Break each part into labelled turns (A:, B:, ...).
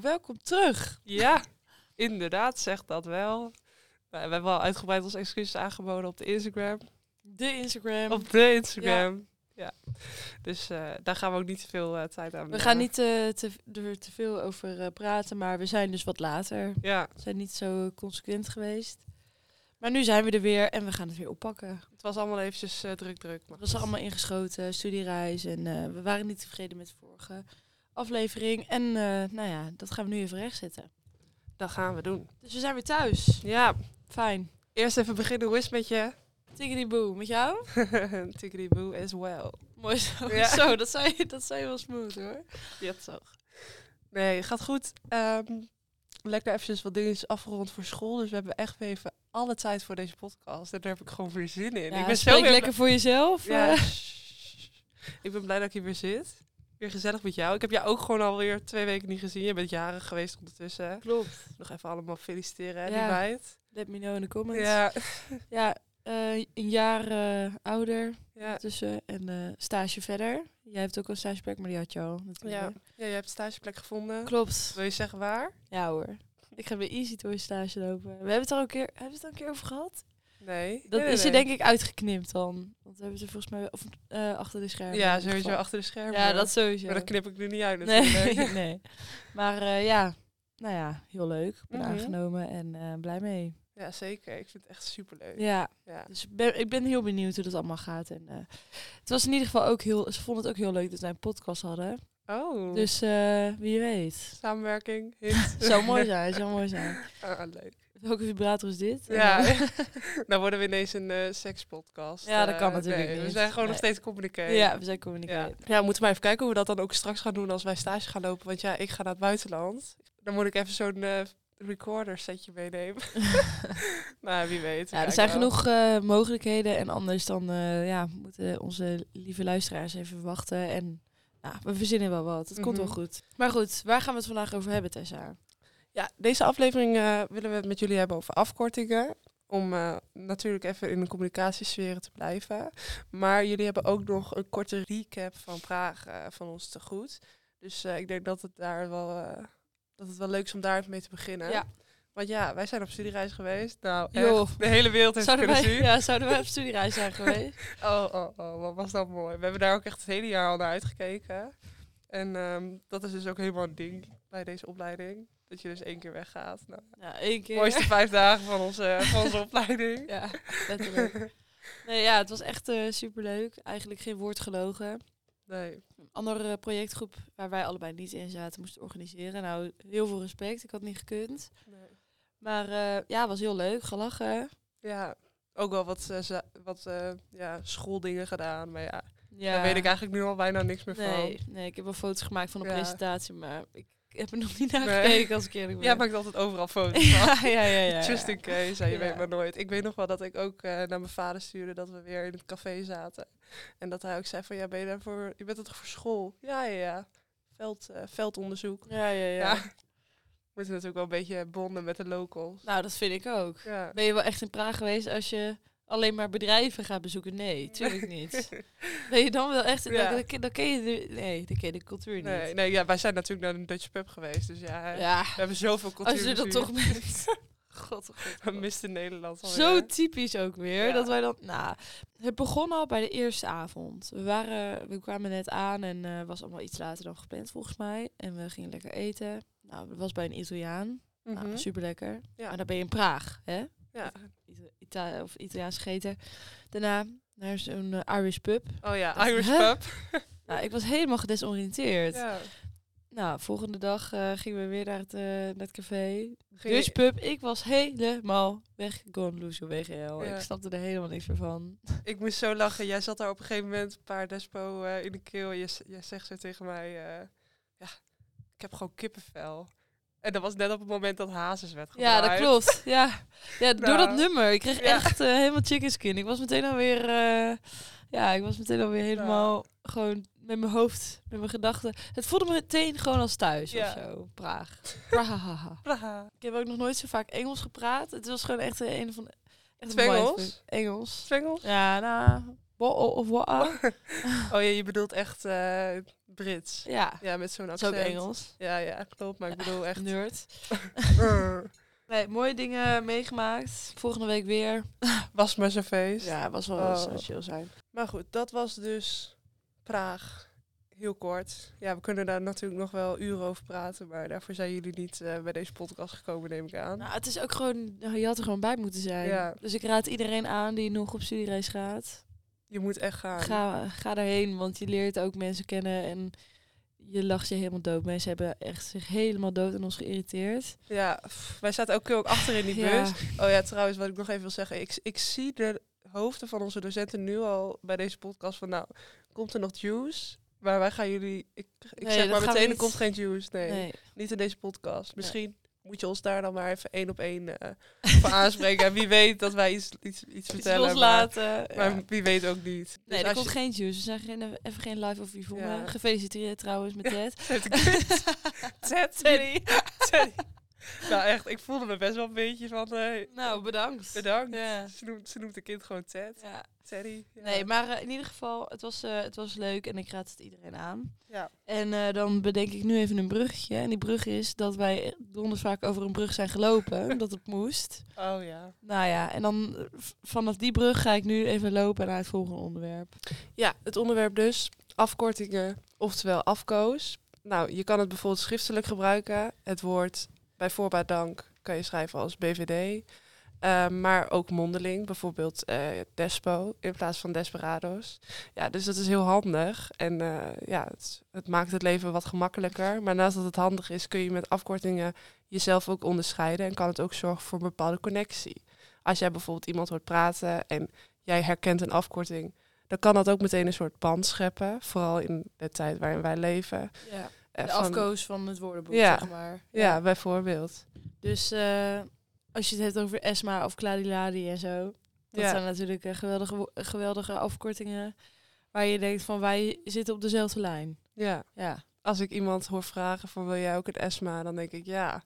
A: welkom terug.
B: Ja, inderdaad, zegt dat wel. We hebben wel uitgebreid ons excuses aangeboden op de Instagram.
A: De Instagram.
B: Op de Instagram. Ja. Dus eh, daar gaan we ook niet te veel eh, tijd aan
A: we
B: besteden.
A: gaan niet eh, te, er te veel over eh, praten, maar we zijn dus wat later.
B: Ja,
A: We zijn niet zo consequent geweest. Maar nu zijn we er weer en we gaan het weer oppakken.
B: het was allemaal eventjes eh, druk, druk. Maar
A: Het was er allemaal ingeschoten, studiereis. En eh, we waren niet tevreden met de vorige aflevering. En eh, nou ja, dat gaan we nu even rechtzetten.
B: dat gaan we doen.
A: Dus we zijn weer thuis.
B: Ja,
A: Fijn.
B: eerst even beginnen. Hoe is het met je?
A: Tiggity boo, met jou?
B: Tiggity boo as well.
A: Mooi zo.
B: Ja.
A: Zo, dat zei, je- dat zei je wel smooth hoor.
B: Dat zag. Nee, gaat goed. Ehm, lekker eventjes wat dingetjes afgerond voor school. Dus we hebben echt weer even alle tijd voor deze podcast. En daar heb ik gewoon weer zin in.
A: Ja,
B: ik ben zo
A: spreek
B: weer
A: lekker voor jezelf.
B: blij- Ja,
A: eh.
B: shh. Ik ben blij dat ik hier weer zit. Weer gezellig met jou. Ik heb jou ook gewoon alweer twee weken niet gezien. Je bent jarig geweest ondertussen.
A: Klopt.
B: Nog even allemaal feliciteren, hè,
A: Ja.
B: die meid.
A: Let me know in de comments. Ja,
B: Ja.
A: eh, een jaar eh, ouder
B: Ja.
A: tussen en eh, stage verder. Jij hebt ook een stageplek, maar die had je al.
B: Ja.
A: natuurlijk.
B: ja, je hebt stageplek gevonden.
A: Klopt.
B: Wil je zeggen waar?
A: Ja hoor. Ik ga bij Easy Toy stage lopen. We hebben het er al een keer, hebben we het al een keer over gehad?
B: Nee.
A: Dat
B: Nee, nee,
A: is er
B: nee.
A: denk ik uitgeknipt dan. Want we hebben ze volgens mij of, eh, achter de schermen. in
B: Ja,
A: ieder
B: sowieso
A: geval.
B: achter de schermen.
A: Ja, dat sowieso.
B: Maar dat knip ik nu niet uit
A: nee,
B: natuurlijk.
A: nee. Maar eh, ja, nou ja, heel leuk. Ik ben
B: Mhm.
A: aangenomen en eh, blij mee.
B: Ja, zeker. Ik vind het echt superleuk.
A: Ja,
B: Ja.
A: dus ik ben, ik ben heel benieuwd hoe dat allemaal gaat. En, eh, het was in ieder geval ook heel... Ze vonden het ook heel leuk dat wij een podcast hadden.
B: Oh, dus
A: Dus eh, wie weet.
B: samenwerking, hint.
A: Zou mooi zijn, zou mooi zijn.
B: Ah, leuk.
A: Welke vibrator is dit?
B: Ja,
A: En, eh,
B: nou worden we ineens een eh, sekspodcast.
A: Ja, dat
B: Eh,
A: kan natuurlijk
B: nee, We
A: niet.
B: zijn gewoon nog
A: Nee.
B: steeds communiceren.
A: eh, ja, we zijn
B: Ja.
A: communiceren.
B: ja, we moeten maar even kijken hoe we dat dan ook straks gaan doen als wij stage gaan lopen. Want ja, ik ga naar het buitenland. Dan moet ik even zo'n eh, recorder setje meenemen. nou, wie weet. we
A: Ja, er
B: kijken
A: zijn
B: wel.
A: genoeg eh, mogelijkheden. En anders dan eh, ja, moeten onze lieve luisteraars even wachten. En ja, we verzinnen wel wat. Het komt wel
B: Mhm.
A: goed. Maar goed, waar gaan we het vandaag over hebben, Tessa?
B: Ja, deze aflevering eh, willen we het met jullie hebben over afkortingen. Om eh, natuurlijk even in de communicatiesferen te blijven. Maar jullie hebben ook nog een korte recap van Praag eh, van ons te goed. Dus eh, ik denk dat het daar wel, eh, dat het wel leuk is om daar even mee te beginnen.
A: Ja.
B: Want ja, wij zijn op studiereis geweest. Nou, echt,
A: Joh.
B: de hele wereld heeft het
A: Zouden
B: kunnen
A: wij,
B: zien.
A: ja, zouden wij op studiereis zijn geweest?
B: Oh, oh, oh, wat was dat mooi. We hebben daar ook echt het hele jaar al naar uitgekeken. En ehm, dat is dus ook helemaal een ding bij deze opleiding. Dat je dus één keer weggaat. Nou,
A: Ja, één keer.
B: Mooiste vijf dagen van onze, van onze opleiding.
A: Ja, letterlijk. Nee, ja, het was echt eh, superleuk. Eigenlijk geen woord gelogen.
B: Nee.
A: Een andere projectgroep waar wij allebei niet in zaten moest organiseren. Nou, heel veel respect. Ik had niet gekund. Maar eh, ja, was heel leuk. Gelachen.
B: Ja, ook wel wat, eh, za- wat eh, ja, schooldingen gedaan. Maar ja,
A: Ja.
B: daar weet ik eigenlijk nu al bijna niks meer
A: Nee,
B: van.
A: nee, ik heb wel foto's gemaakt van de
B: Ja.
A: presentatie, maar ik heb er nog niet naar
B: Nee.
A: gekeken als ik eerlijk ben.
B: Jij maakt altijd overal foto's van.
A: ja, ja, ja, ja.
B: Just in case, hè, je
A: Ja.
B: weet maar nooit. Ik weet nog wel dat ik ook eh, naar mijn vader stuurde dat we weer in het café zaten. En dat hij ook zei van, ja, ben je daar voor, je bent dat toch voor school? Ja, ja, ja. Veld, eh, veldonderzoek.
A: Ja, ja, ja.
B: Ja. Moeten natuurlijk wel een beetje bonden met de locals.
A: Nou, dat vind ik ook.
B: Ja.
A: Ben je wel echt in Praag geweest als je alleen maar bedrijven gaat bezoeken? Nee, tuurlijk niet. Ben je dan wel echt...
B: Ja.
A: Dan, dan, ken- dan ken je de, nee, dan ken je de cultuur niet.
B: Nee, nee ja, wij zijn natuurlijk naar een Dutch pub geweest. Dus ja, hè.
A: Ja,
B: We hebben zoveel cultuur.
A: als je dat
B: natuurlijk.
A: toch bent. God, oh god,
B: We
A: oh god.
B: misten Nederland alweer.
A: Zo typisch ook weer.
B: Ja.
A: Dat wij dan. Nou, het begon al bij de eerste avond. We, waren, we kwamen net aan en eh, was allemaal iets later dan gepland volgens mij. En we gingen lekker eten. Nou, dat was bij een Italiaan.
B: Mhm.
A: Nou, super lekker.
B: Ja.
A: Maar dan ben je in Praag, hè?
B: Ja.
A: Ita- Ita- of Italiaans gegeten. Daarna naar zo'n eh, Irish pub.
B: Oh ja,
A: Dat-
B: Irish
A: Hè?
B: pub.
A: Nou, ik was helemaal gedesoriënteerd.
B: Ja.
A: Nou, volgende dag eh, gingen we weer naar het, eh, naar het café.
B: Ging
A: Dus
B: je-
A: pub, ik was helemaal weg. Gone loser, WGL.
B: Ja.
A: Ik snapte er helemaal niks meer van.
B: ik moest zo lachen. Jij zat daar op een gegeven moment, een paar despo eh, in de keel. en Je, z- jij zegt zo tegen mij, eh, ja, ik heb gewoon kippenvel. En dat was net op het moment dat Hazes werd
A: Ja,
B: gedraaid.
A: dat klopt. Ja. ja door dat
B: Nou.
A: nummer. Ik kreeg
B: Ja.
A: echt eh, helemaal chicken skin. Ik was meteen alweer... eh ja, ik was meteen
B: Nou.
A: alweer helemaal gewoon met mijn hoofd, met mijn gedachten. Het voelde me meteen gewoon als thuis
B: Ja.
A: of zo. Praag. Prahahaha.
B: Bla.
A: ik heb ook nog nooit zo vaak Engels gepraat. Het was gewoon echt eh, een van... Echt een
B: Zwengels?
A: mindfuck. Engels.
B: Zwengels?
A: Ja, nou... Wo- of wa-
B: Oh ja, je bedoelt echt eh, Brits.
A: Ja,
B: Ja, met zo'n
A: dat is ook
B: accent.
A: Engels.
B: Ja, ja, klopt. Maar ik bedoel echt...
A: Nerd.
B: Brr.
A: Nee, mooie dingen meegemaakt. Dus- Volgende week weer.
B: Was maar zo'n feest.
A: Ja, was wel
B: Oh.
A: zo chill zijn.
B: Maar goed, dat was dus Praag. Heel kort. Ja, we kunnen daar natuurlijk nog wel uren over praten. Maar daarvoor zijn jullie niet eh, bij deze podcast gekomen, neem ik aan.
A: Nou, het is ook gewoon, je had er gewoon bij moeten zijn.
B: Ja.
A: Dus ik raad iedereen aan die nog op studiereis gaat.
B: Je moet echt gaan.
A: Ga, ga daarheen, want je leert ook mensen kennen en je lacht je helemaal dood. Mensen hebben echt zich helemaal dood aan ons geïrriteerd.
B: Ja, pff, wij zaten ook heel erg achter in die bus.
A: Ja.
B: Oh ja, trouwens, wat ik nog even wil zeggen. Ik, ik zie de hoofden van onze docenten nu al bij deze podcast van... Nou, komt er nog juice? Maar wij gaan jullie... Ik, ik
A: Nee,
B: zeg
A: dat
B: maar
A: gaan we
B: meteen, er
A: niet.
B: komt geen juice. Nee,
A: Nee.
B: niet in deze podcast. Misschien moet je ons daar dan maar even één op één eh voor aanspreken. En wie weet dat wij iets, iets, iets vertellen. maar-
A: loslaten.
B: Maar wie weet ook niet. Dus
A: Nee, er
B: als
A: komt
B: je-
A: geen juice. We zijn geen, even geen live of Yvonne.
B: Ja.
A: Gefeliciteerd trouwens met Ted.
B: Zet,
A: Sorry.
B: zet. Nou echt, ik voelde me best wel een beetje van... eh,
A: Nou, bedankt.
B: bedankt.
A: Ja.
B: Ze, noemt, ze noemt de kind gewoon Ted.
A: Ja.
B: Teddy. ja.
A: Nee, maar eh, in ieder geval, het was, eh, het was leuk en ik raad het iedereen aan.
B: Ja.
A: En eh, dan bedenk ik nu even een bruggetje. En die brug is dat wij donders vaak over een brug zijn gelopen, omdat het moest.
B: Oh ja.
A: Nou ja, en dan eh, v- vanaf die brug ga ik nu even lopen naar het volgende onderwerp.
B: Ja, het onderwerp dus. Afkortingen, oftewel afkoos. Nou, je kan het bijvoorbeeld schriftelijk gebruiken. Het woord bij voorbaat dank kan je schrijven als BVD. Eh, maar ook mondeling, bijvoorbeeld eh, despo in plaats van desperados. Ja, dus dat is heel handig. En eh, ja, het, het maakt het leven wat gemakkelijker. Maar naast dat het handig is, kun je met afkortingen jezelf ook onderscheiden. En kan het ook zorgen voor een bepaalde connectie. Als jij bijvoorbeeld iemand hoort praten en jij herkent een afkorting, dan kan dat ook meteen een soort band scheppen. Vooral in de tijd waarin wij leven.
A: Ja,
B: Eh,
A: de
B: van-
A: afkoos van het woordenboek,
B: Ja.
A: zeg maar.
B: Ja, bijvoorbeeld.
A: Dus eh, als je het hebt over Esma of Kladiladi en zo. Dat
B: Ja.
A: zijn natuurlijk eh, geweldige, wo- geweldige afkortingen. Waar je denkt van wij zitten op dezelfde lijn.
B: Ja.
A: Ja.
B: Als ik iemand hoor vragen van wil jij ook een ESMA, dan denk ik ja.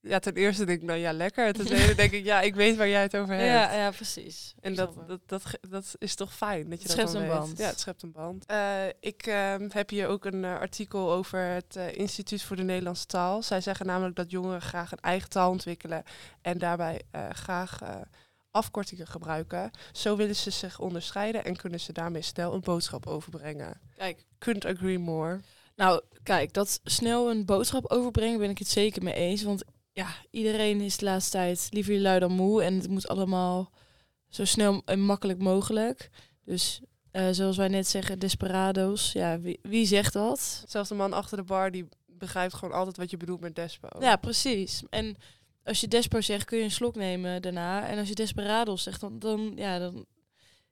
B: Ja, ten eerste denk ik nou ja, lekker. Ten tweede denk ik ja, ik weet waar jij het over hebt.
A: Ja, ja, precies.
B: En
A: Ik
B: dat,
A: snap hem.
B: dat, dat, ge- dat is toch fijn dat je
A: Het
B: dat
A: schept
B: dan
A: een
B: weet.
A: band.
B: Ja, het schept een band. Eh, ik ehm, heb hier ook een eh, artikel over het eh, Instituut voor de Nederlandse Taal. Zij zeggen namelijk dat jongeren graag een eigen taal ontwikkelen en daarbij eh, graag eh, afkortingen gebruiken. Zo willen ze zich onderscheiden en kunnen ze daarmee snel een boodschap overbrengen.
A: Kijk.
B: Couldn't agree more.
A: Nou, kijk, dat snel een boodschap overbrengen ben ik het zeker mee eens. Want ja, iedereen is de laatste tijd liever lui dan moe. En het moet allemaal zo snel en makkelijk mogelijk. Dus eh, zoals wij net zeggen, desperados. Ja, wie, wie zegt dat?
B: Zelfs de man achter de bar die begrijpt gewoon altijd wat je bedoelt met despo.
A: Ja, precies. En als je despo zegt, kun je een slok nemen daarna. En als je desperados zegt, dan, dan ja, dan...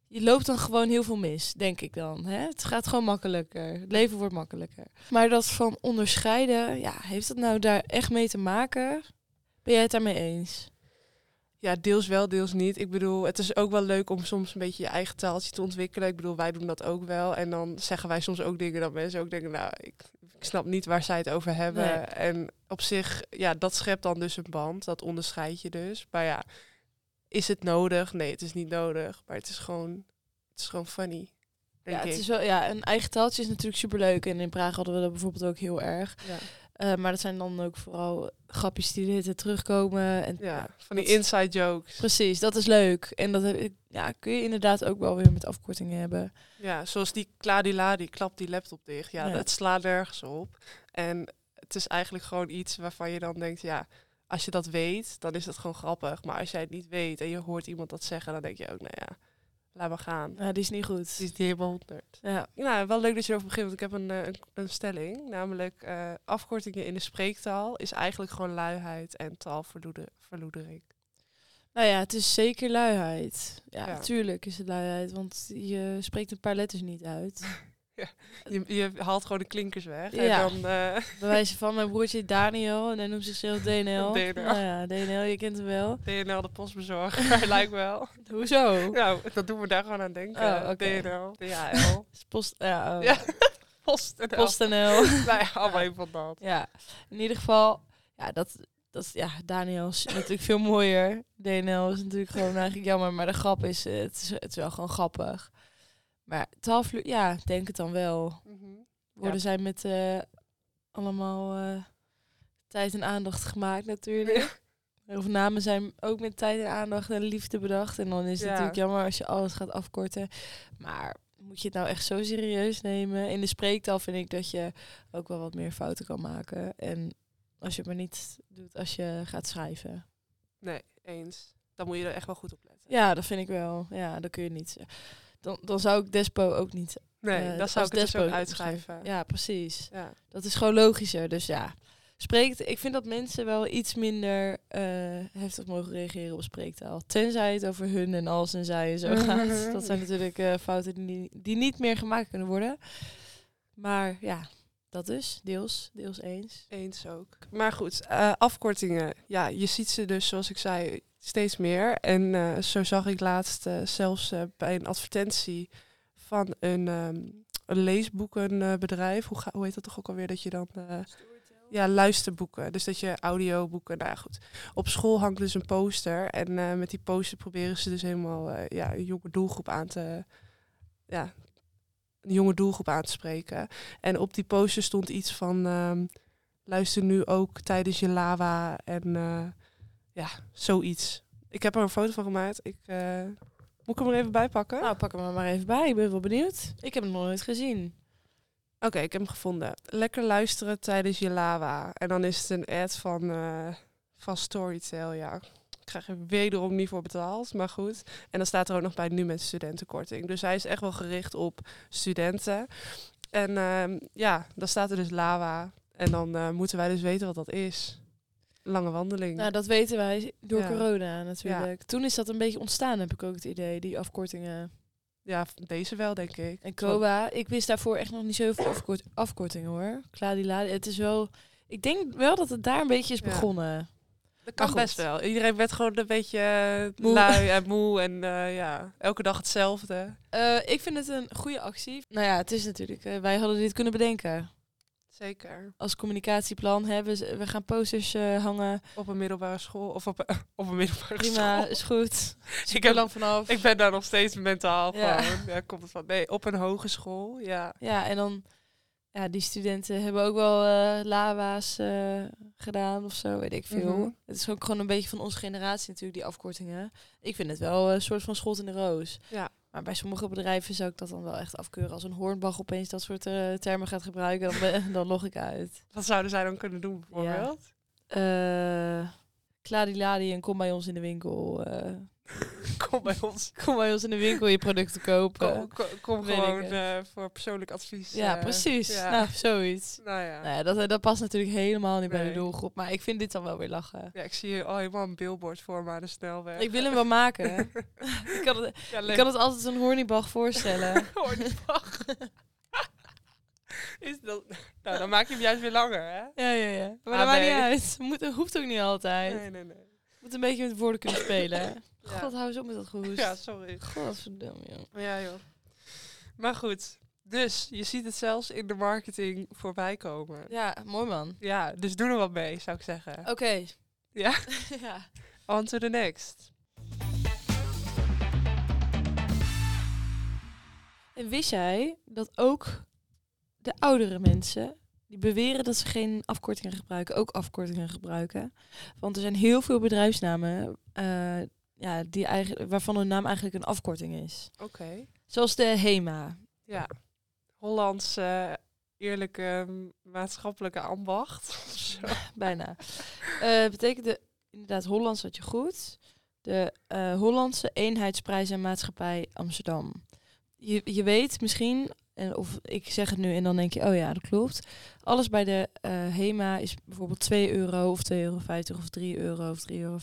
A: Je loopt dan gewoon heel veel mis, denk ik dan. Hè? Het gaat gewoon makkelijker. Het leven wordt makkelijker. Maar dat van onderscheiden, ja, heeft dat nou daar echt mee te maken? Ben jij het daarmee eens?
B: Ja, deels wel, deels niet. Ik bedoel, het is ook wel leuk om soms een beetje je eigen taaltje te ontwikkelen. Ik bedoel, wij doen dat ook wel. En dan zeggen wij soms ook dingen dat mensen ook denken, nou, ik, ik snap niet waar zij het over hebben.
A: Nee.
B: En op zich, ja, dat schept dan dus een band. Dat onderscheid je dus. Maar ja, is het nodig? Nee, het is niet nodig. Maar het is gewoon, het is gewoon funny, denk
A: Ja,
B: ik.
A: het is wel, ja, een eigen taaltje is natuurlijk superleuk. En in Praag hadden we dat bijvoorbeeld ook heel erg.
B: ja.
A: Eh, maar dat zijn dan ook vooral grapjes die de hele tijd terugkomen. En
B: Ja, van die
A: dat is-
B: inside jokes.
A: Precies, dat is leuk. En dat heb ik- ja, kun je inderdaad ook wel weer met afkortingen hebben.
B: Ja, zoals die kladila, die klapt die laptop dicht. Ja,
A: Ja.
B: dat slaat nergens op. En het is eigenlijk gewoon iets waarvan je dan denkt, ja, als je dat weet, dan is dat gewoon grappig. Maar als jij het niet weet en je hoort iemand dat zeggen, dan denk je ook, nou ja, laat maar gaan.
A: Ja, die is niet
B: Het
A: goed.
B: is niet helemaal honderd.
A: Ja,
B: Nou, wel leuk dat je erover begint, want ik heb een, eh, een, een stelling. Namelijk, eh, afkortingen in de spreektaal is eigenlijk gewoon luiheid en taalverloedering.
A: nou ja, het is zeker luiheid. Ja,
B: Ja.
A: natuurlijk is het luiheid, want je spreekt een paar letters niet uit.
B: Je, je haalt gewoon de klinkers weg
A: Ja.
B: en dan... eh,
A: Bij wijze van mijn broertje Daniel, en hij noemt zichzelf DNL.
B: DNL.
A: Nou ja, DNL, je kent hem wel.
B: DNL nou de postbezorger, lijkt wel.
A: Hoezo?
B: Nou, dat doen we daar gewoon aan denken.
A: Oh, oké.
B: DNL, DHL,
A: Is Post, ja, oh.
B: Ja. PostNL.
A: PostNL.
B: Nou ja, allemaal een van dat.
A: ja, in ieder geval, ja, dat, dat, ja, Daniel is natuurlijk veel mooier. DNL is natuurlijk gewoon eigenlijk jammer, maar de grap is, eh, het is, het is wel gewoon grappig. Maar 12 uur, ja, ik denk het dan wel.
B: Mhm.
A: Worden
B: Ja.
A: zij met eh, allemaal eh, tijd en aandacht gemaakt natuurlijk. Of namen zijn ook met tijd en aandacht en liefde bedacht. En dan is het
B: Ja.
A: natuurlijk jammer als je alles gaat afkorten. Maar moet je het nou echt zo serieus nemen? In de spreektaal vind ik dat je ook wel wat meer fouten kan maken. En als je het maar niet doet als je gaat schrijven.
B: Nee, eens. Dan moet je er echt wel goed op letten.
A: Ja, dat vind ik wel. Ja, dan kun je niet. eh, Dan, dan zou ik Despo ook niet.
B: Nee,
A: eh,
B: dat zou
A: als
B: ik er dus
A: despo
B: ook uitschrijven. Ja.
A: Ja, precies. Dat is gewoon logischer. Dus ja, spreekt. Ik vind dat mensen wel iets minder eh, heftig mogen reageren op spreektaal. Tenzij het over hun en als en zij en zo
B: Mhm.
A: gaat. Dat zijn natuurlijk eh, fouten die, die niet meer gemaakt kunnen worden. Maar ja, dat dus. Deels, deels eens.
B: eens ook. Maar goed, eh, afkortingen. Ja, je ziet ze dus, zoals ik zei, steeds meer. En eh, zo zag ik laatst eh, zelfs eh, bij een advertentie van een, ehm, een leesboekenbedrijf. Hoe, ga, hoe heet dat toch ook alweer? Dat je dan... eh, ja, luisterboeken. Dus dat je audioboeken, nou ja, goed. Op school hangt dus een poster. En eh, met die poster proberen ze dus helemaal eh, ja, een jonge doelgroep aan te... Ja, een jonge doelgroep aan te spreken. En op die poster stond iets van... ehm, luister nu ook tijdens je lava en eh, ja, zoiets. Ik heb er een foto van gemaakt. Ik, eh, moet ik hem er even bij pakken?
A: Nou, pak hem er maar even bij. Ik ben wel benieuwd. Ik heb hem nog nooit gezien.
B: Oké, ik heb hem gevonden. Lekker luisteren tijdens je lava. En dan is het een ad van, eh van Storytel, ja. Ik krijg er wederom niet voor betaald, maar goed. En dan staat er ook nog bij nu met studentenkorting. Dus hij is echt wel gericht op studenten. En ehm, ja, dan staat er dus lava. En dan eh, moeten wij dus weten wat dat is. Lange wandeling.
A: Nou, dat weten wij door
B: Ja.
A: corona natuurlijk. Toen is dat een beetje ontstaan, heb ik ook het idee, die afkortingen.
B: Ja, deze wel, denk ik.
A: En COBA, ik wist daarvoor echt nog niet zoveel afkort afkortingen hoor. Kladilade, het is wel... Ik denk wel dat het daar een beetje is
B: Ja.
A: begonnen.
B: Dat
A: Maar
B: kan
A: goed.
B: best wel. Iedereen werd gewoon een beetje eh,
A: Moe.
B: lui en moe. En eh, ja, elke dag hetzelfde.
A: Eh, ik vind het een goede actie. Nou ja, het is natuurlijk... eh, wij hadden dit kunnen bedenken.
B: Zeker.
A: Als communicatieplan hebben ze- we gaan posters eh, hangen.
B: Op een middelbare school. Of op, op een middelbare
A: Prima,
B: school.
A: is goed.
B: Ik,
A: Ik
B: heb,
A: lang vanaf.
B: ik ben daar nog steeds mentaal
A: Ja.
B: van. Ja, komt het van. Nee, op een hogeschool. Ja.
A: Ja, en dan... Ja, die studenten hebben ook wel eh lawa's eh, gedaan of zo, weet ik veel.
B: Mhm.
A: Het is ook gewoon een beetje van onze generatie natuurlijk, die afkortingen. Ik vind het wel eh, een soort van schot in de roos.
B: Ja.
A: Maar bij sommige bedrijven zou ik dat dan wel echt afkeuren. Als een hoornbach opeens dat soort eh, termen gaat gebruiken, dan, ben- dan log ik uit.
B: Wat zouden zij dan kunnen doen bijvoorbeeld?
A: Eh Kladiladi en kom bij ons in de winkel. eh,
B: Kom bij ons.
A: kom bij ons in de winkel je producten kopen.
B: Kom, kom, kom
A: weet ik
B: gewoon
A: het.
B: eh, voor persoonlijk advies.
A: ja,
B: eh,
A: precies.
B: ja.
A: Nou, zoiets.
B: Nou ja.
A: Nou ja, dat, dat past natuurlijk helemaal niet bij
B: Nee.
A: de doelgroep. Maar ik vind dit dan wel weer lachen.
B: Ja, ik zie hier al helemaal een billboard voor me aan de snelweg.
A: Ik wil hem wel maken. ik, kan het,
B: ja,
A: ik kan het altijd een hoornibach voorstellen.
B: Hoornbach. Is dat... Nou, dan maak je hem juist weer langer, hè?
A: Ja, ja, ja. Maar dat
B: AB.
A: maakt niet uit. Moet, hoeft ook niet altijd.
B: Nee, nee, nee.
A: Moet een beetje met woorden kunnen spelen. hè.
B: Ja.
A: God, hou eens op met dat gehoest.
B: Ja, sorry.
A: Godverdomme, joh.
B: Ja, joh. Maar goed. Dus je ziet het zelfs in de marketing voorbij komen.
A: Ja, Oh. mooi man.
B: Ja, dus doe er wat mee, zou ik zeggen.
A: Oké.
B: Ja.
A: ja.
B: On to the next.
A: En wist jij dat ook de oudere mensen die beweren dat ze geen afkortingen gebruiken, ook afkortingen gebruiken? Want er zijn heel veel bedrijfsnamen eh, ja, die eigenlijk, waarvan hun naam eigenlijk een afkorting is.
B: Oké.
A: Zoals de E HEMA.
B: Ja. Hollandse eerlijke mm, maatschappelijke ambacht. of zo.
A: Bijna. Eh betekent de, inderdaad Hollands had je goed. De eh, Hollandse Eenheidsprijs en Maatschappij Amsterdam. Je, je weet misschien, en of ik zeg het nu en dan denk je, oh ja, dat klopt. Alles bij de eh, HEMA is bijvoorbeeld 2 euro of 2,50 euro of 3 euro of 3,50 euro.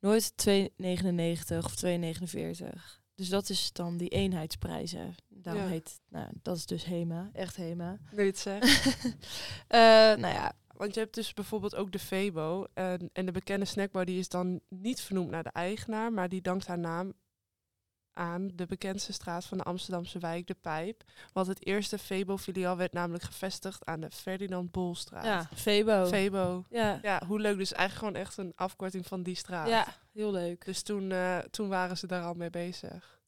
A: Nooit 2,99 of 2,49. Dus dat is dan die eenheidsprijzen. Daarom
B: Ja.
A: heet, nou, dat is dus HEMA, echt HEMA.
B: Wil je het zeggen?
A: Eh, nou ja,
B: Want je hebt dus bijvoorbeeld ook de Febo. En, en de bekende snackbar die is dan niet vernoemd naar de eigenaar, maar die dankt haar naam aan de bekendste straat van de Amsterdamse wijk, De Pijp. Want het eerste Febo-filiaal werd namelijk gevestigd aan de Ferdinand Bolstraat.
A: ja Febo.
B: Febo.
A: ja,
B: Ja, hoe leuk. Dus eigenlijk gewoon echt een afkorting van die straat.
A: Ja, heel leuk.
B: Dus toen, eh, toen waren ze daar al mee bezig.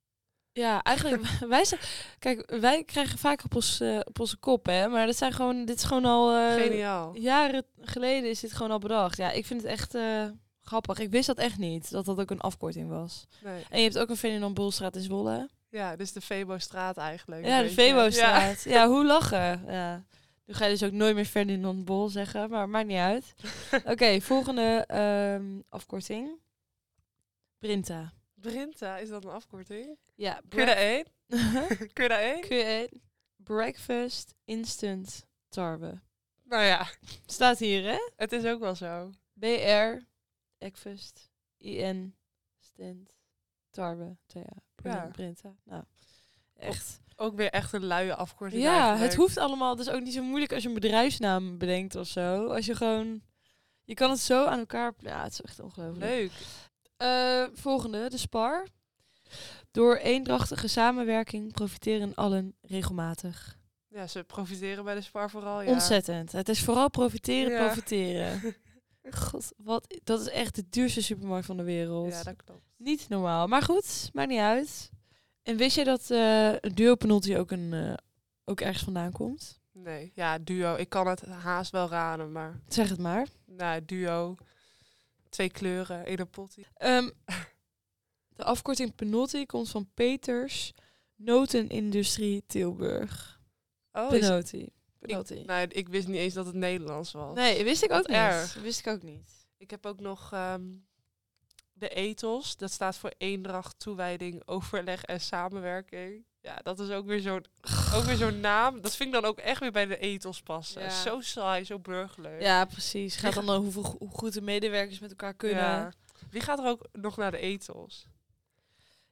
A: Ja, eigenlijk, wij zijn, kijk, wij krijgen vaak op, ons, eh, op onze kop, hè. Maar dat zijn gewoon, dit is gewoon al... eh,
B: Geniaal.
A: Jaren geleden is dit gewoon al bedacht. Ja, ik vind het echt eh, grappig. Ik wist dat echt niet, dat dat ook een afkorting was.
B: Nee.
A: En je hebt ook een Ferdinand Bolstraat in Zwolle.
B: Ja, dus de Febo-straat eigenlijk.
A: Ja, de
B: weet je. Ja.
A: Febo-straat. Ja. hoe lachen. Ja. Nu ga je dus ook nooit meer Ferdinand Bol zeggen, maar maakt niet uit. Oké, volgende ehm, afkorting. Brinta.
B: Brinta, is dat een afkorting?
A: Ja,
B: Kun je
A: break-
B: daar één? Kun je daar één?
A: Kun je- breakfast instant tarwe.
B: Nou ja,
A: Staat hier, hè?
B: het is ook wel zo.
A: BR, breakfast, IN, stand, tarwe, TA,
B: Ja.
A: Brinta. Nou, echt.
B: Ook weer echt een luie afkorting
A: Ja,
B: eigenlijk.
A: het hoeft allemaal. Het is ook niet zo moeilijk als je een bedrijfsnaam bedenkt of zo. Als je gewoon... Je kan het zo aan elkaar... pla- Ja, het is echt ongelooflijk.
B: Leuk.
A: Eh, volgende, de SPAR. Door eendrachtige samenwerking profiteren allen regelmatig.
B: Ja, ze profiteren bij de spar vooral, ja.
A: Ontzettend. Het is vooral profiteren,
B: Ja.
A: profiteren. God, wat, dat is echt de duurste supermarkt van de wereld.
B: Ja, dat klopt.
A: Niet normaal. Maar goed, maakt niet uit. En wist je dat eh duo penalty ook, een, eh, ook ergens vandaan komt?
B: Nee, ja, duo. Ik kan het haast wel raden, maar...
A: Zeg het maar.
B: Nou, duo. Twee kleuren, één een potje.
A: Ehm, de afkorting Penotti komt van Peters Notenindustrie Tilburg.
B: Oh, is-
A: Penotti. Penotti.
B: nou, ik wist niet eens dat het Nederlands was.
A: Nee, wist ik ook
B: Wat
A: niet.
B: erg.
A: Wist ik ook niet.
B: Ik heb ook nog ehm, de ethos. Dat staat voor eendracht, toewijding, overleg en samenwerking. Ja, dat is ook weer zo'n ook weer zo'n naam. Dat vind ik dan ook echt weer bij de ethos passen.
A: Ja.
B: Zo saai, zo burgerlijk.
A: Ja, precies. Gaat dan over hoeveel, go- hoe goed de medewerkers met elkaar kunnen.
B: Ja. Wie gaat er ook nog naar de ethos?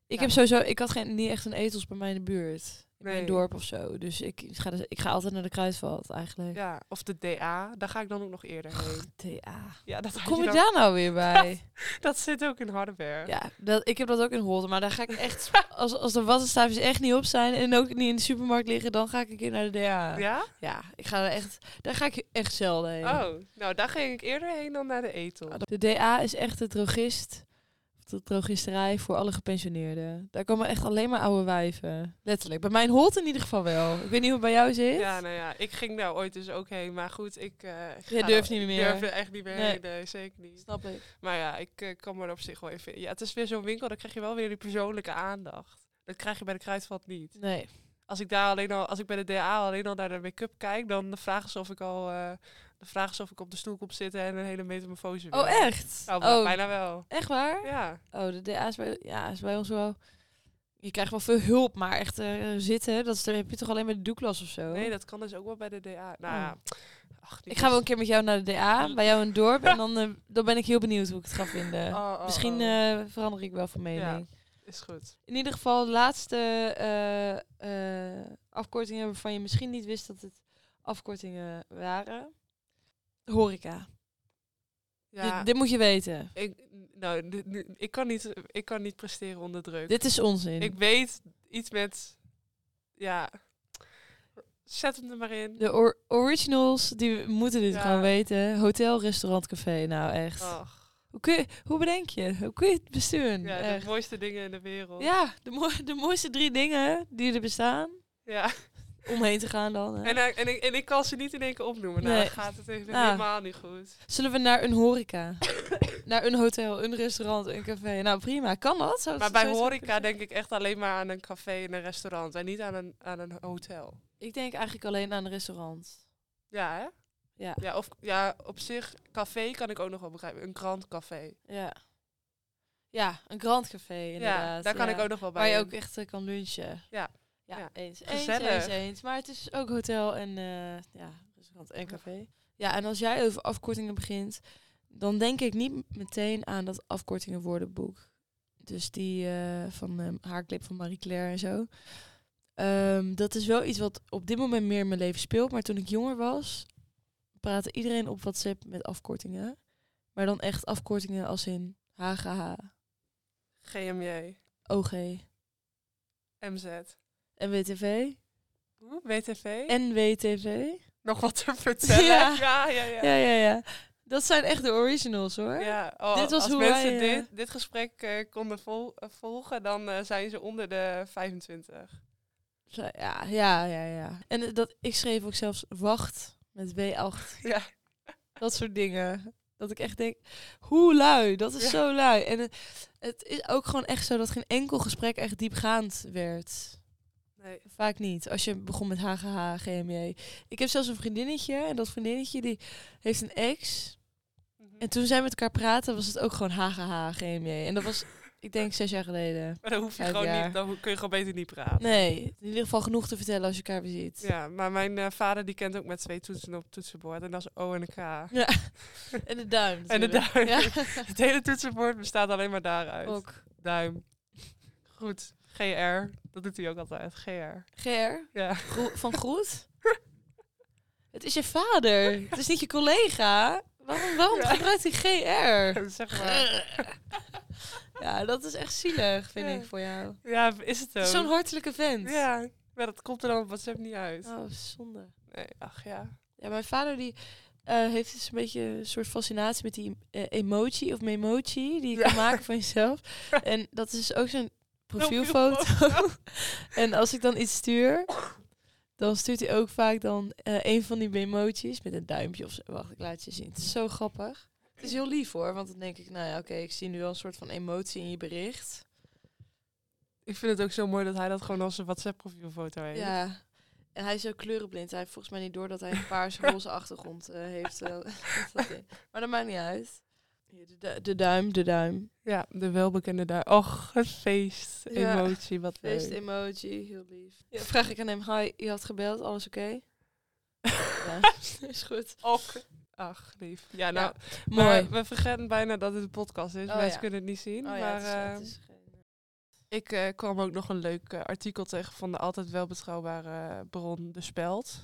A: Ik
B: Ja.
A: heb sowieso, ik had geen, niet echt een etels bij mij in de buurt. In mijn
B: Nee.
A: dorp of zo. Dus ik ga, dus, ik ga altijd naar de Kruidvat eigenlijk.
B: Ja, of de DA. Daar ga ik dan ook nog eerder heen.
A: TA.
B: Ja, dat had
A: Kom je
B: dan-
A: daar nou weer bij?
B: Dat zit ook in Hardenberg.
A: Ja, dat, ik heb dat ook in Holden, maar daar ga ik echt... Als, als de wattenstaafjes echt niet op zijn en ook niet in de supermarkt liggen, dan ga ik een keer naar de DA. Ja,
B: Ja?
A: ik ga er echt, daar ga ik echt zelden heen.
B: Oh, nou daar ging ik eerder heen dan naar de ethos.
A: De DA is echt de drogist, of de drogisterij voor alle gepensioneerden. Daar komen echt alleen maar oude wijven. Letterlijk. Bij mij in Holden in ieder geval wel. Ik weet niet hoe het bij jou zit.
B: Ja, nou ja, ik ging daar ooit dus ook heen. Maar goed, ik, eh ik
A: Je
B: ga
A: durft
B: daar-
A: niet
B: ik
A: meer.
B: durf er echt niet meer
A: Nee.
B: heen, nee, zeker niet.
A: Snap ik.
B: Maar ja, ik eh, kan me er op zich wel even... Ja, het is weer zo'n winkel, dan krijg je wel weer die persoonlijke aandacht. Dat krijg je bij de Kruidvat niet.
A: Nee.
B: Als ik daar alleen al, als ik bij de DA alleen al naar de make-up kijk, dan vragen ze of ik al, eh dan vragen ze of ik op de stoel kom zitten en een hele metamorfose wil.
A: Oh, echt?
B: Nou,
A: oh,
B: bijna wel.
A: echt waar?
B: Ja.
A: Oh, de DA is bij, ja, is bij ons wel... Je krijgt wel veel hulp, maar echt eh, zitten, dat is, heb je toch alleen bij de doeklas of zo?
B: Nee, dat kan dus ook wel bij de DA. Nou ja, ach, die
A: Oh. Ik ga wel
B: is-
A: een keer met jou naar de DA, bij jou in het dorp. En dan, eh, dan ben ik heel benieuwd hoe ik het ga vinden.
B: Oh, oh,
A: Misschien
B: oh.
A: eh, verander ik wel van mening.
B: Is goed.
A: In ieder geval, de laatste eh, eh, afkortingen waarvan je misschien niet wist dat het afkortingen waren. Horeca.
B: Ja.
A: Dit, dit moet je weten.
B: Ik, nou, nu- nu- ik, kan niet, ik kan niet presteren onder druk.
A: Dit is onzin.
B: Ik weet iets met. Ja. Zet hem er maar in.
A: De or- originals, die moeten dit
B: Ja. Oh.
A: gewoon weten. Hotel, restaurant, café. Nou, echt.
B: Ach,
A: Hoe, kun je, hoe bedenk je? Hoe kun je het besturen?
B: ja,
A: Echt.
B: de mooiste dingen in de wereld.
A: Ja, de, mooi- de mooiste drie dingen die er bestaan.
B: Ja.
A: Omheen te gaan dan. hè.
B: En, eh, hij- en, ik, en ik kan ze niet in één keer opnoemen. Nou,
A: Nee.
B: dan gaat het even
A: Ah.
B: helemaal niet goed.
A: Zullen we naar een horeca? naar een hotel, een restaurant, een café. Nou, prima. Kan dat? Zou
B: Maar
A: het-
B: bij
A: zou het zo
B: horeca
A: kunnen zijn?
B: denk ik echt alleen maar aan een café en een restaurant. En niet aan een, aan een hotel.
A: Ik denk eigenlijk alleen aan een restaurant.
B: Ja, hè?
A: Ja.
B: Ja, of, ja, op zich, café kan ik ook nog wel begrijpen. Een krantcafé.
A: Ja. Ja, een grand café
B: Ja,
A: inderdaad.
B: daar kan
A: ja.
B: ik ook nog wel bij.
A: Waar je
B: in.
A: ook echt eh, kan lunchen.
B: Ja.
A: Ja,
B: Ja.
A: eens.
B: Gezellig.
A: Eens, eens, eens. Maar het is ook hotel en eh, ja, restaurant en café. Ja, en als jij over afkortingen begint, dan denk ik niet meteen aan dat afkortingen woordenboek. Dus die eh, van ehm, haarclip van Marie Claire en zo. Ehm, dat is wel iets wat op dit moment meer in mijn leven speelt. Maar toen ik jonger was, praatte iedereen op WhatsApp met afkortingen. Maar dan echt afkortingen als in HGH,
B: GMJ,
A: OG,
B: MZ.
A: NWTV,
B: Oeh, WTV?
A: NWTV.
B: nog wat te vertellen.
A: Ja.
B: Ja, ja, ja.
A: Ja, ja, ja. Dat zijn echt de originals hoor.
B: Ja, oh,
A: Dit was
B: als
A: hoe
B: mensen
A: wij, eh,
B: dit, dit gesprek eh, konden vol- eh, volgen, dan eh, zijn ze onder de 25.
A: Zo, Ja, ja, ja, ja. En eh, dat, ik schreef ook zelfs wacht met W8.
B: Ja.
A: Dat soort dingen. Dat ik echt denk, hoe lui, dat is
B: Ja.
A: zo lui. En eh, het is ook gewoon echt zo dat geen enkel gesprek echt diepgaand werd.
B: Nee.
A: Vaak niet. Als je begon met HGH, GMJ. Ik heb zelfs een vriendinnetje. En dat vriendinnetje die heeft een ex.
B: Mhm.
A: En toen zij met elkaar praten, was het ook gewoon HGH, GMJ. En dat was, ik denk, zes jaar geleden.
B: Maar dan hoef je
A: Vijf
B: gewoon
A: jaar.
B: niet, dan kun je gewoon beter niet praten.
A: Nee, in ieder geval genoeg te vertellen als je elkaar weer ziet.
B: Ja, maar mijn eh, vader die kent ook met twee toetsen op het toetsenbord. En dat is O en een K.
A: En de duim.
B: En de
A: natuurlijk.
B: duim.
A: Ja.
B: Het hele toetsenbord bestaat alleen maar daaruit.
A: Ook.
B: Duim. Goed. GR. Dat doet hij ook altijd. GR.
A: GR,
B: Ja.
A: Gro- van Groet. het is je vader. Het is niet je collega. Waarom, waarom
B: Ja.
A: gebruikt hij GR?
B: zeg maar.
A: ja, dat is echt zielig, vind
B: Ja.
A: ik, voor jou.
B: Ja, is het
A: Het
B: ook.
A: is zo'n hartelijke vent.
B: Ja. Maar dat komt er dan op WhatsApp niet uit.
A: Oh, zonde.
B: Nee, ach ja.
A: Ja, mijn vader die eh, heeft dus een beetje een soort fascinatie met die eh, emoji of memoji die je kan maken van jezelf. En dat is dus ook zo'n profielfoto. en als ik dan iets stuur, dan stuurt hij ook vaak dan eh, een van die memoji's met een duimpje of zo. Wacht, ik laat het je zien. Het is zo grappig. Het is heel lief hoor, want dan denk ik, nou ja, oké, ik zie nu wel een soort van emotie in je bericht.
B: Ik vind het ook zo mooi dat hij dat gewoon als een WhatsApp profielfoto heeft.
A: Ja. En hij is ook kleurenblind. Hij heeft volgens mij niet door dat hij een paars-roze achtergrond eh, heeft. eh, dat ding. maar dat maakt niet uit. Hier, de, du- de duim, de duim.
B: Ja, de welbekende daar. Och, het feest.
A: Ja.
B: Emotie, wat leuk.
A: Feest emoji, heel lief. Ja, vraag ik aan hem, hi, je had gebeld, alles oké? Ja, is goed.
B: Och. Ach, lief. Ja, nou,
A: Mooi.
B: Maar we vergeten bijna dat het een podcast is.
A: Oh,
B: Mensen
A: ja.
B: kunnen het niet zien.
A: Oh ja,
B: maar
A: het is- het
B: eh,
A: is geen-
B: ik eh, kwam ook nog een leuk eh, artikel tegen van de altijd wel betrouwbare bron De Speld.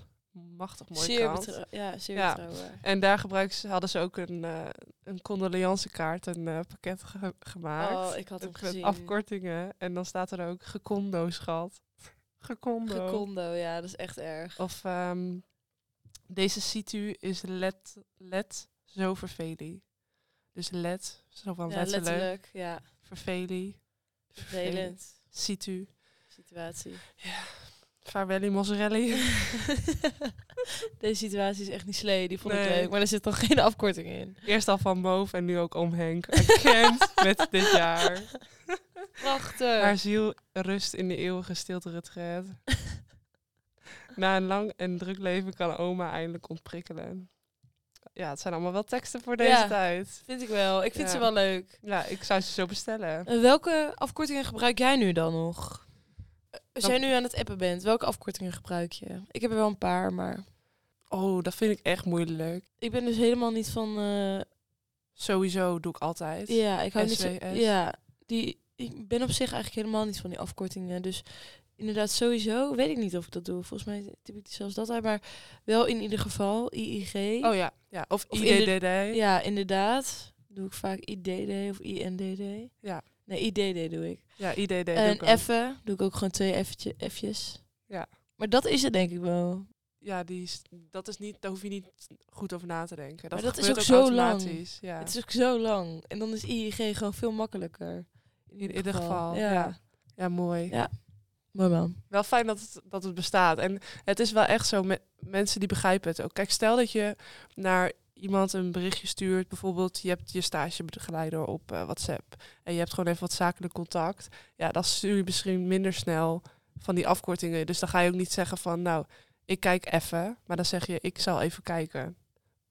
B: Machtig mooi
A: eh, zeer
B: krant.
A: betrouw- Ja, zeer
B: Ja.
A: betrouwbaar.
B: En daar gebruiken ze, hadden ze ook een, eh een condoleancekaart, een eh, pakket ge- gemaakt.
A: Oh, ik had hem
B: met
A: gezien.
B: afkortingen. En dan staat er ook gecondo, schat. gecondo.
A: Gecondo, ja, dat is echt erg.
B: Of ehm, deze situ is let, let zo vervelie. Dus let, zo van
A: Ja,
B: letterlijk.
A: letterlijk. Ja,
B: Vervelie.
A: vervelend.
B: Situ.
A: Situatie.
B: Farewelli mozzarelli.
A: Deze situatie is echt niet slee, die vond ik
B: Nee.
A: leuk. Maar er zit dan geen afkorting in.
B: Eerst al van Moof en nu ook om Henk. Erkend met dit jaar. Haar Eh.
A: Prachtig.
B: ziel rust in de eeuwige stilte retreat. Na een lang en druk leven kan oma eindelijk ontprikkelen. Ja, het zijn allemaal wel teksten voor deze
A: Ja.
B: tijd.
A: Vind ik wel. Ik vind
B: Ja.
A: ze wel leuk.
B: Ja, ik zou ze zo bestellen.
A: Eh, welke afkortingen gebruik jij nu dan nog? Eh, Als jij nu aan het appen bent, welke afkortingen gebruik je? Ik heb er wel een paar, maar
B: Oh, dat vind ik echt moeilijk.
A: ik ben dus helemaal niet van. eh,
B: Sowieso doe ik altijd.
A: ja, ik hou niet zo.
B: SWS.
A: Ja, die, ik ben op zich eigenlijk helemaal niet van die afkortingen. Dus inderdaad, sowieso weet ik niet of ik dat doe. Volgens mij typ ik zelfs dat uit, maar wel in ieder geval IIG.
B: Oh ja, ja. of,
A: Of
B: IDDD.
A: Ja, inderdaad. Doe ik vaak IDD of INDD.
B: Ja.
A: Nee, IDD doe ik.
B: Ja, IDD doe ik
A: en
B: ook.
A: effen doe ik ook gewoon twee effetje- effjes.
B: Ja.
A: Maar dat is het denk ik wel.
B: ja, die is, dat is niet, daar hoef je niet goed over na te denken. Dat,
A: dat is
B: gebeurt
A: ook
B: ook
A: zo lang.
B: automatisch. Ja.
A: Het is ook zo lang. En dan is IIG gewoon veel makkelijker.
B: In ieder geval. Ja,
A: Ja.
B: ja. mooi.
A: Ja. Mooi man.
B: Wel fijn dat het, dat het bestaat. En het is wel echt zo, me- mensen die begrijpen het ook. Kijk, stel dat je naar iemand een berichtje stuurt. Bijvoorbeeld, je hebt je stagebegeleider op eh, WhatsApp. En je hebt gewoon even wat zakelijk contact. Ja, dan stuur je misschien minder snel van die afkortingen. Dus dan ga je ook niet zeggen van, nou, ik kijk even. Maar dan zeg je, ik zal even kijken.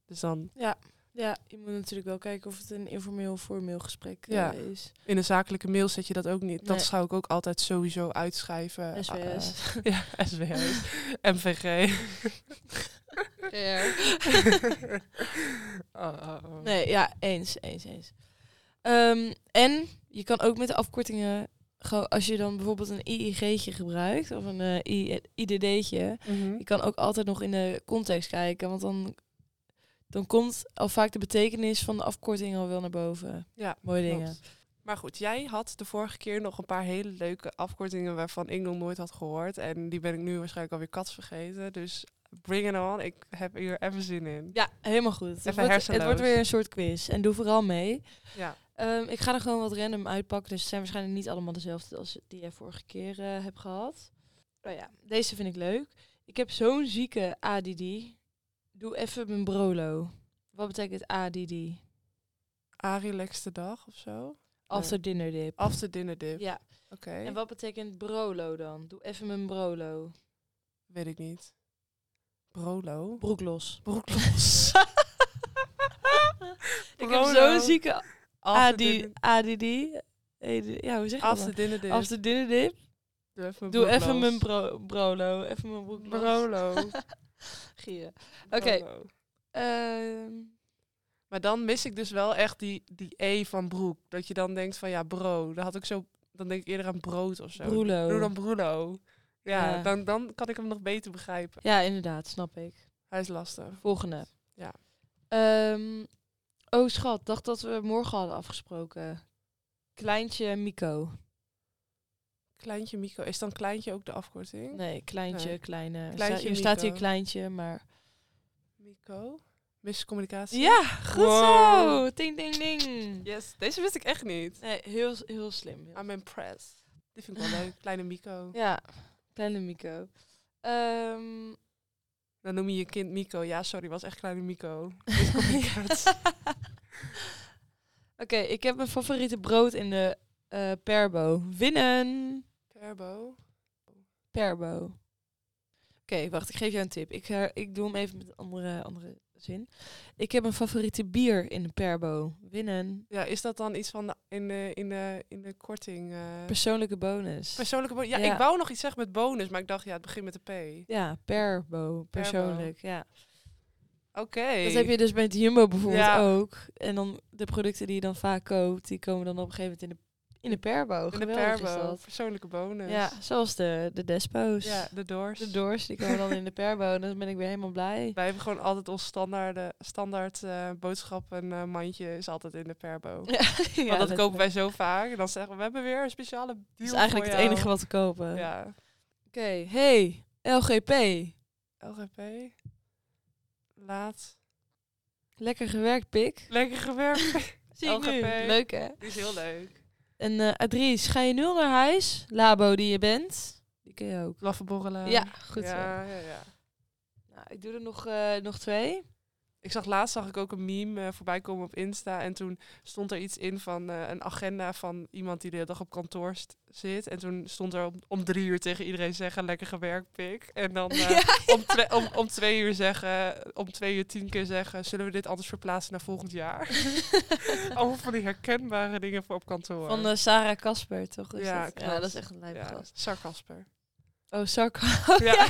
B: Dus dan
A: Ja, je moet natuurlijk wel kijken of het een informeel of formeel gesprek eh,
B: Ja.
A: is.
B: in een zakelijke mail zet je dat ook niet.
A: Nee.
B: Dat zou ik ook altijd sowieso uitschrijven. Eh,
A: SWS.
B: Ja, SWS. MVG. Oh,
A: nee, ja, eens, eens, eens. Ehm, en je kan ook met de afkortingen, gewoon als je dan bijvoorbeeld een IIG'tje gebruikt of een eh, I- IDD'tje,
B: Mhm.
A: je kan ook altijd nog in de context kijken, want dan, dan komt al vaak de betekenis van de afkorting al wel naar boven.
B: Ja,
A: Mooie
B: klopt.
A: dingen.
B: Maar goed, jij had de vorige keer nog een paar hele leuke afkortingen waarvan ik nog nooit had gehoord. En die ben ik nu waarschijnlijk alweer kats vergeten. Dus Bring it on. Ik heb hier even zin in.
A: Ja, helemaal goed. Het
B: Even
A: wordt, het
B: hersenloos.
A: wordt weer een soort quiz. En doe vooral mee.
B: Ja.
A: Ehm, ik ga er gewoon wat random uitpakken. Dus het zijn waarschijnlijk niet allemaal dezelfde als die jij vorige keer eh, hebt gehad. Nou ja, deze vind ik leuk. Ik heb zo'n zieke ADD. Doe even mijn brolo. Wat betekent ADD?
B: A-relaxte dag of zo.
A: After dinner dip.
B: Eh, After dinner dip.
A: Ja.
B: Oké.
A: En wat betekent brolo dan? Doe even mijn brolo.
B: Weet ik niet. Brolo.
A: Broeklos.
B: Broeklos.
A: ik heb
B: Brolo.
A: zo'n zieke
B: After
A: ADD.
B: dinner-
A: ADD. Ja, hoe zeg je dat?
B: After dinner dip.
A: dan? After dinner dip.
B: Doe even,
A: Doe even
B: broeklos.
A: mijn bro brolo, even mijn broek
B: Brolo.
A: gieren. Oké,
B: Brolo.
A: ehm,
B: Maar dan mis ik dus wel echt die, die E van broek. Dat je dan denkt van ja, bro. Dan, had ik zo, dan denk ik eerder aan brood of zo.
A: broelo.
B: Doe dan broelo. Ja,
A: Ja.
B: Dan, dan kan ik hem nog beter begrijpen.
A: Ja, inderdaad, snap ik.
B: Hij is lastig.
A: Volgende.
B: Ja.
A: Ehm, oh schat, dacht dat we morgen hadden afgesproken. Kleintje Mico.
B: Kleintje Mico. Is dan kleintje ook de afkorting?
A: Nee, kleintje,
B: Nee.
A: kleine.
B: Kleintje
A: Sta- hier staat hier
B: Mico.
A: kleintje, maar...
B: Mico? Miscommunicatie?
A: Ja, goed
B: Wow.
A: zo! Ding, ding, ding.
B: Yes. Deze wist ik echt niet.
A: Nee, heel, heel slim. heel
B: I'm impressed. Die vind ik wel leuk. Kleine Mico.
A: Ja, kleine Mico. Ehm,
B: Dan noem je je kind Mico. Ja, sorry, was echt kleine Mico. Miscommunicatie.
A: Oké, ik heb mijn favoriete brood in de eh, perbo. Winnen!
B: Perbo.
A: Perbo. Oké, wacht, ik geef jou een tip. Ik, her- ik doe hem even met een andere, andere zin. Ik heb een favoriete bier in de perbo. Winnen.
B: Ja, is dat dan iets van de, in, de, in, de, in de korting? eh,
A: Persoonlijke bonus.
B: persoonlijke bonus? Ja,
A: Ja.
B: ik wou nog iets zeggen met bonus, maar ik dacht, ja, het begint met een P.
A: ja, perbo. Persoonlijk, ja.
B: Oké.
A: Dat heb je dus met Jumbo bijvoorbeeld
B: Ja.
A: ook. En dan de producten die je dan vaak koopt, die komen dan op een gegeven moment in de, in de perbo.
B: In de
A: Geweldig is
B: perbo.
A: dat.
B: Persoonlijke bonus.
A: Ja, zoals de, de despo's.
B: Ja, de doors.
A: De doors, die komen dan in de perbo en dan ben ik weer helemaal blij.
B: Wij hebben gewoon altijd ons standaard, standaard eh boodschappenmandje is altijd in de perbo.
A: Ja, ja,
B: Want dat
A: is
B: kopen wij zo vaak. En dan zeggen we, we hebben weer een speciale deal
A: is eigenlijk
B: voor
A: het
B: jou.
A: enige wat te kopen.
B: Ja.
A: Oké, hey, LGP.
B: LGP. Laat.
A: Lekker gewerkt, pik.
B: Lekker gewerkt.
A: Zie ik nu.
B: LGP.
A: Leuk, hè?
B: Die is heel leuk.
A: En eh, Adries, ga je nul naar huis? Labo die je bent. Die ken je ook.
B: Laffe borrelen.
A: Ja, goed zo.
B: ja, ja, ja.
A: Nou, ik doe er nog, eh, nog twee.
B: Ik zag laatst zag ik ook een meme eh, voorbij komen op Insta. En toen stond er iets in van eh, een agenda van iemand die de hele dag op kantoor st- zit. En toen stond er om, om drie uur tegen iedereen zeggen, lekker gewerkt, pik. En dan eh, Om, twee, om, om twee uur zeggen, om twee uur tien keer zeggen, zullen we dit anders verplaatsen naar volgend jaar? Allemaal van die herkenbare dingen voor op kantoor.
A: Van eh, Sarah Kasper, toch? Is
B: Ja,
A: dat?
B: klopt.
A: dat is echt een lijpe
B: ja,
A: gast.
B: sarcasper.
A: Oh, sarcasme.
B: Ja.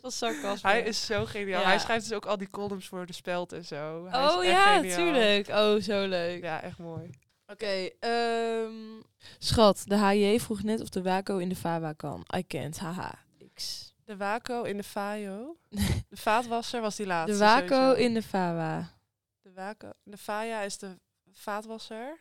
A: Van sarcasme.
B: Hij is zo geniaal.
A: Ja.
B: Hij schrijft dus ook al die columns voor de speld en zo. Hij is
A: Oh
B: echt
A: ja,
B: geniaal.
A: tuurlijk. Oh, zo leuk.
B: Ja, echt mooi.
A: Oké, ehm, schat, de HJ vroeg net of de Waco in de Fava kan. I can't, haha. X.
B: De Waco in de Fajo. De vaatwasser was die laatste.
A: De Waco
B: sowieso.
A: in de Fava.
B: De Waco. De Faja is de vaatwasser.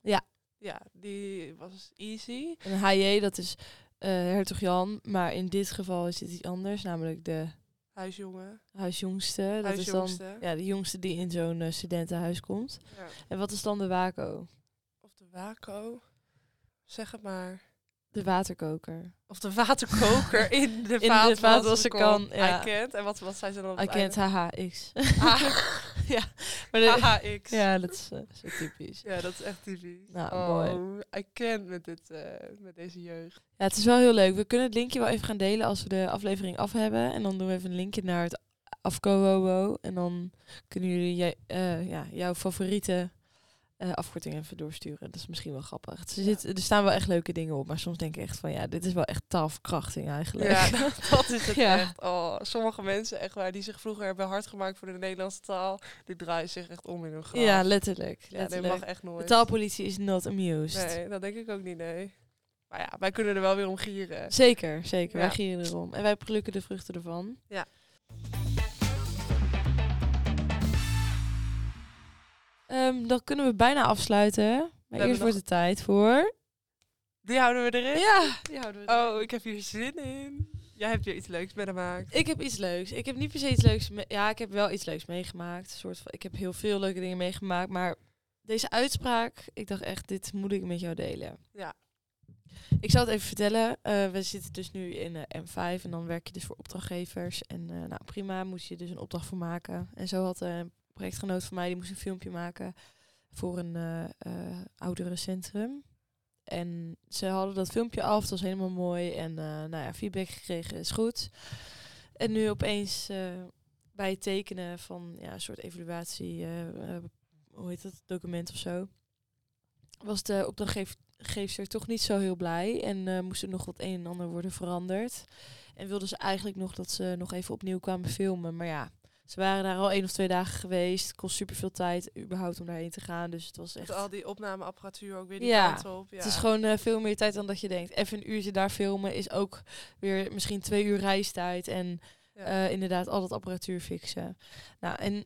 A: Ja.
B: Ja, die was easy.
A: En HJ, dat is eh, hertog Jan, maar in dit geval is het iets anders, namelijk de
B: Huisjongen.
A: huisjongste. Dat is
B: Huisjongste.
A: dan ja, de jongste die in zo'n eh, studentenhuis komt.
B: Ja.
A: En wat is dan de Waco?
B: Of de Waco. Zeg het maar.
A: De waterkoker.
B: Of de waterkoker in de
A: de vaatwasserkan,
B: vaatwasserkan.
A: ja.
B: I can't. En wat, wat zijn ze dan op
A: I
B: het
A: can't,
B: einde?
A: haha, X. ja, maar de-
B: Haha, X. Ja.
A: ja, dat is eh, zo typisch.
B: dat is echt typisch.
A: Nou,
B: oh,
A: mooi.
B: I can't met, dit, eh, met deze jeugd.
A: Ja, het is wel heel leuk. We kunnen het linkje wel even gaan delen als we de aflevering af hebben. En dan doen we even een linkje naar het Afkowowo. En dan kunnen jullie jij, eh, ja, jouw favoriete eh, afkorting even doorsturen. Dat is misschien wel grappig. Er, zit, er staan wel echt leuke dingen op. Maar soms denk ik echt van ja, dit is wel echt taalverkrachting eigenlijk.
B: Ja, dat, dat is het
A: Ja.
B: echt. Oh, sommige mensen echt waar, die zich vroeger hebben hard gemaakt voor de Nederlandse taal, die draaien zich echt om in hun graf.
A: Ja, letterlijk.
B: Ja, dat
A: letterlijk.
B: mag echt
A: de
B: nooit.
A: taalpolitie is not amused.
B: Nee, dat denk ik ook niet, nee. Maar ja, wij kunnen er wel weer om gieren.
A: Zeker, zeker.
B: Ja.
A: Wij gieren erom. En wij plukken de vruchten ervan.
B: Ja.
A: Ehm, dan kunnen we bijna afsluiten. Maar
B: hebben
A: eerst wordt
B: nog-
A: het tijd voor...
B: Die houden we erin.
A: Ja, die houden we erin.
B: Oh, ik heb hier zin in. Jij hebt weer iets leuks meegemaakt.
A: Ik heb iets leuks. Ik heb niet per se iets leuks. me- ja, ik heb wel iets leuks meegemaakt. Een soort van, ik heb heel veel leuke dingen meegemaakt. Maar deze uitspraak, ik dacht echt, dit moet ik met jou delen.
B: Ja.
A: Ik zal het even vertellen. Eh, we zitten dus nu in eh, M5 en dan werk je dus voor opdrachtgevers. En eh, nou prima, moest je dus een opdracht voor maken. En zo had eh, een projectgenoot van mij, die moest een filmpje maken voor een eh eh, ouderencentrum. En ze hadden dat filmpje af, dat was helemaal mooi. En eh, nou ja, feedback gekregen is goed. En nu opeens eh, bij het tekenen van ja, een soort evaluatie, eh, eh, hoe heet dat, document of zo, was de opdrachtgever toch niet zo heel blij. En eh, moest er nog wat een en ander worden veranderd. En wilden ze eigenlijk nog dat ze nog even opnieuw kwamen filmen. Maar ja, ze waren daar al één of twee dagen geweest. Het kost superveel tijd überhaupt om daarheen te gaan. Dus het was echt...
B: Met al die opnameapparatuur ook weer die
A: Ja,
B: kant op. Ja.
A: Het is gewoon eh, veel meer tijd dan dat je denkt. Even een uurtje daar filmen is ook weer misschien twee uur reistijd. En
B: Ja.
A: eh, inderdaad al dat apparatuur fixen. Nou, en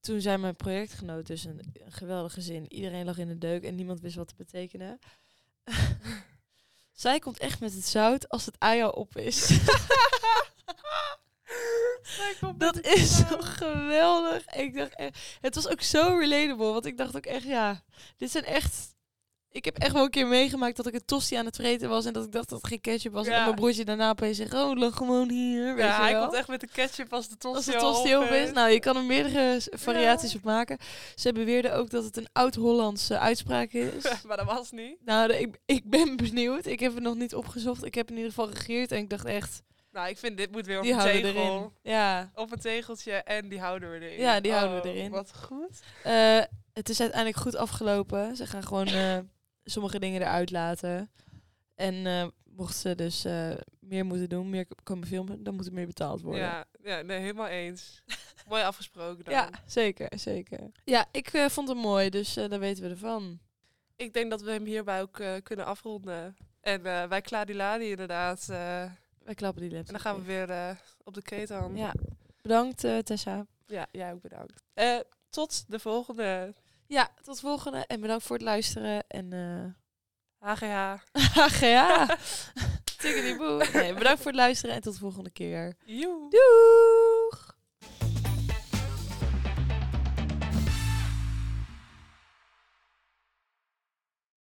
A: toen zei mijn projectgenoot dus een, een geweldige zin. Iedereen lag in de deuk en niemand wist wat te betekenen. Zij komt echt met het zout als het ei al op is.
B: Zij komt met
A: dat
B: het
A: is
B: zout.
A: zo geweldig. Ik dacht echt, het was ook zo relatable. Want ik dacht ook echt, ja, dit zijn echt... Ik heb echt wel een keer meegemaakt dat ik een tosti aan het vreten was. En dat ik dacht dat het geen ketchup was.
B: Ja.
A: En mijn broertje daarna opeens zegt, oh, lag gewoon hier. Weet
B: ja,
A: je
B: hij
A: wel.
B: komt echt met de ketchup als de tosti
A: Als het tosti op is. Nou, je kan er meerdere s- variaties op maken. Ze beweerden ook dat het een oud-Hollandse uitspraak is.
B: maar dat was niet.
A: nou, de- ik, ik ben benieuwd. Ik heb het nog niet opgezocht. Ik heb in ieder geval gegeerd. En ik dacht echt,
B: Nou, ik vind dit moet weer op
A: die
B: een
A: houden
B: tegel.
A: erin. Ja.
B: Op een tegeltje en die houden we erin.
A: Ja, die houden we
B: Oh,
A: erin.
B: Wat goed.
A: Eh, het is uiteindelijk goed afgelopen. Ze gaan gewoon eh, sommige dingen eruit laten. En eh, mochten ze dus eh, meer moeten doen, meer k- komen filmen, dan moet er meer betaald worden.
B: Ja, ja nee, helemaal eens. Mooi afgesproken dan.
A: Ja, zeker, zeker. Ja, ik eh, vond het mooi, dus eh, daar weten we ervan.
B: Ik denk dat we hem hierbij ook eh, kunnen afronden. En eh, wij wij Kladiladi inderdaad. eh,
A: Wij klappen die laptop.
B: en dan gaan we weer eh, op de ketan.
A: Ja, bedankt eh, Tessa.
B: ja, jij ook bedankt. Eh, tot de volgende
A: Ja, tot volgende en bedankt voor het luisteren. En eh
B: HGH.
A: ja, tikkeliboe. Nee, bedankt voor het luisteren en tot de volgende keer.
B: Joe.
A: Doei!